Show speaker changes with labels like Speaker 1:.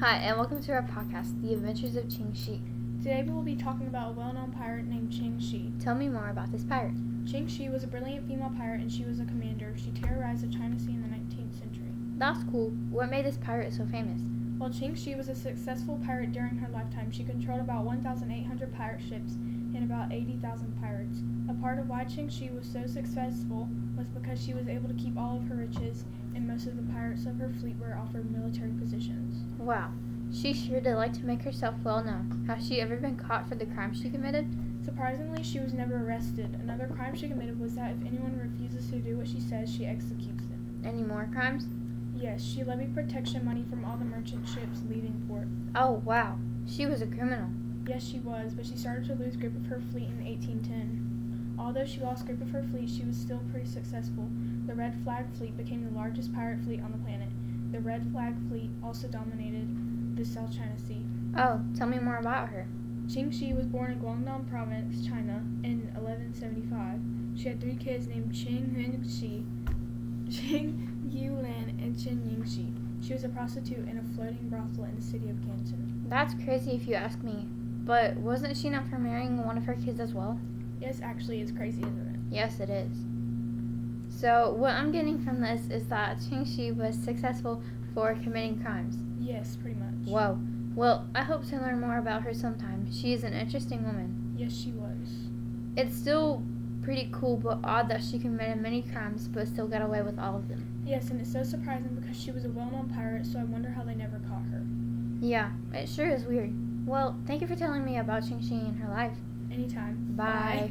Speaker 1: Hi, and welcome to our podcast, The Adventures of Ching Shi.
Speaker 2: Today we will be talking about a well-known pirate named Ching Shi.
Speaker 1: Tell me more about this pirate.
Speaker 2: Ching Shi was a brilliant female pirate and she was a commander. She terrorized the China Sea in the 19th century.
Speaker 1: That's cool. What made this pirate so famous?
Speaker 2: While Ching Shi was a successful pirate during her lifetime, she controlled about 1,800 pirate ships and about 80,000 pirates. A part of why Ching Shi was so successful was because she was able to keep all of her riches and most of the pirates of her fleet were offered military positions.
Speaker 1: Wow. She sure did like to make herself well known. Has she ever been caught for the crime she committed?
Speaker 2: Surprisingly, she was never arrested. Another crime she committed was that if anyone refuses to do what she says, she executes them.
Speaker 1: Any more crimes?
Speaker 2: Yes, she levied protection money from all the merchant ships leaving port.
Speaker 1: Oh, wow. She was a criminal.
Speaker 2: Yes, she was, but she started to lose grip of her fleet in 1810. Although she lost grip of her fleet, she was still pretty successful. The Red Flag Fleet became the largest pirate fleet on the planet. The Red Flag Fleet also dominated the South China Sea.
Speaker 1: Oh, tell me more about her.
Speaker 2: Qing Shi was born in Guangdong Province, China, in 1175. She had three kids named Qing Hun Shi, Qing Yulan, and Qin Ying Shi. She was a prostitute in a floating brothel in the city of Canton.
Speaker 1: That's crazy if you ask me. But wasn't she known for marrying one of her kids as well?
Speaker 2: Yes, actually, it's crazy, isn't
Speaker 1: Yes, it is. So, what I'm getting from this is that Ching Shi was successful for committing crimes.
Speaker 2: it? Yes, pretty much.
Speaker 1: Whoa. Well, I hope to learn more about her sometime. She is an interesting woman.
Speaker 2: Yes, she was.
Speaker 1: It's still pretty cool but odd that she committed many crimes but still got away with all of them.
Speaker 2: Yes, and it's so surprising because she was a well-known pirate, so I wonder how they never caught her.
Speaker 1: Yeah, it sure is weird. Well, thank you for telling me about Ching Shi and her life.
Speaker 2: Anytime.
Speaker 1: Bye.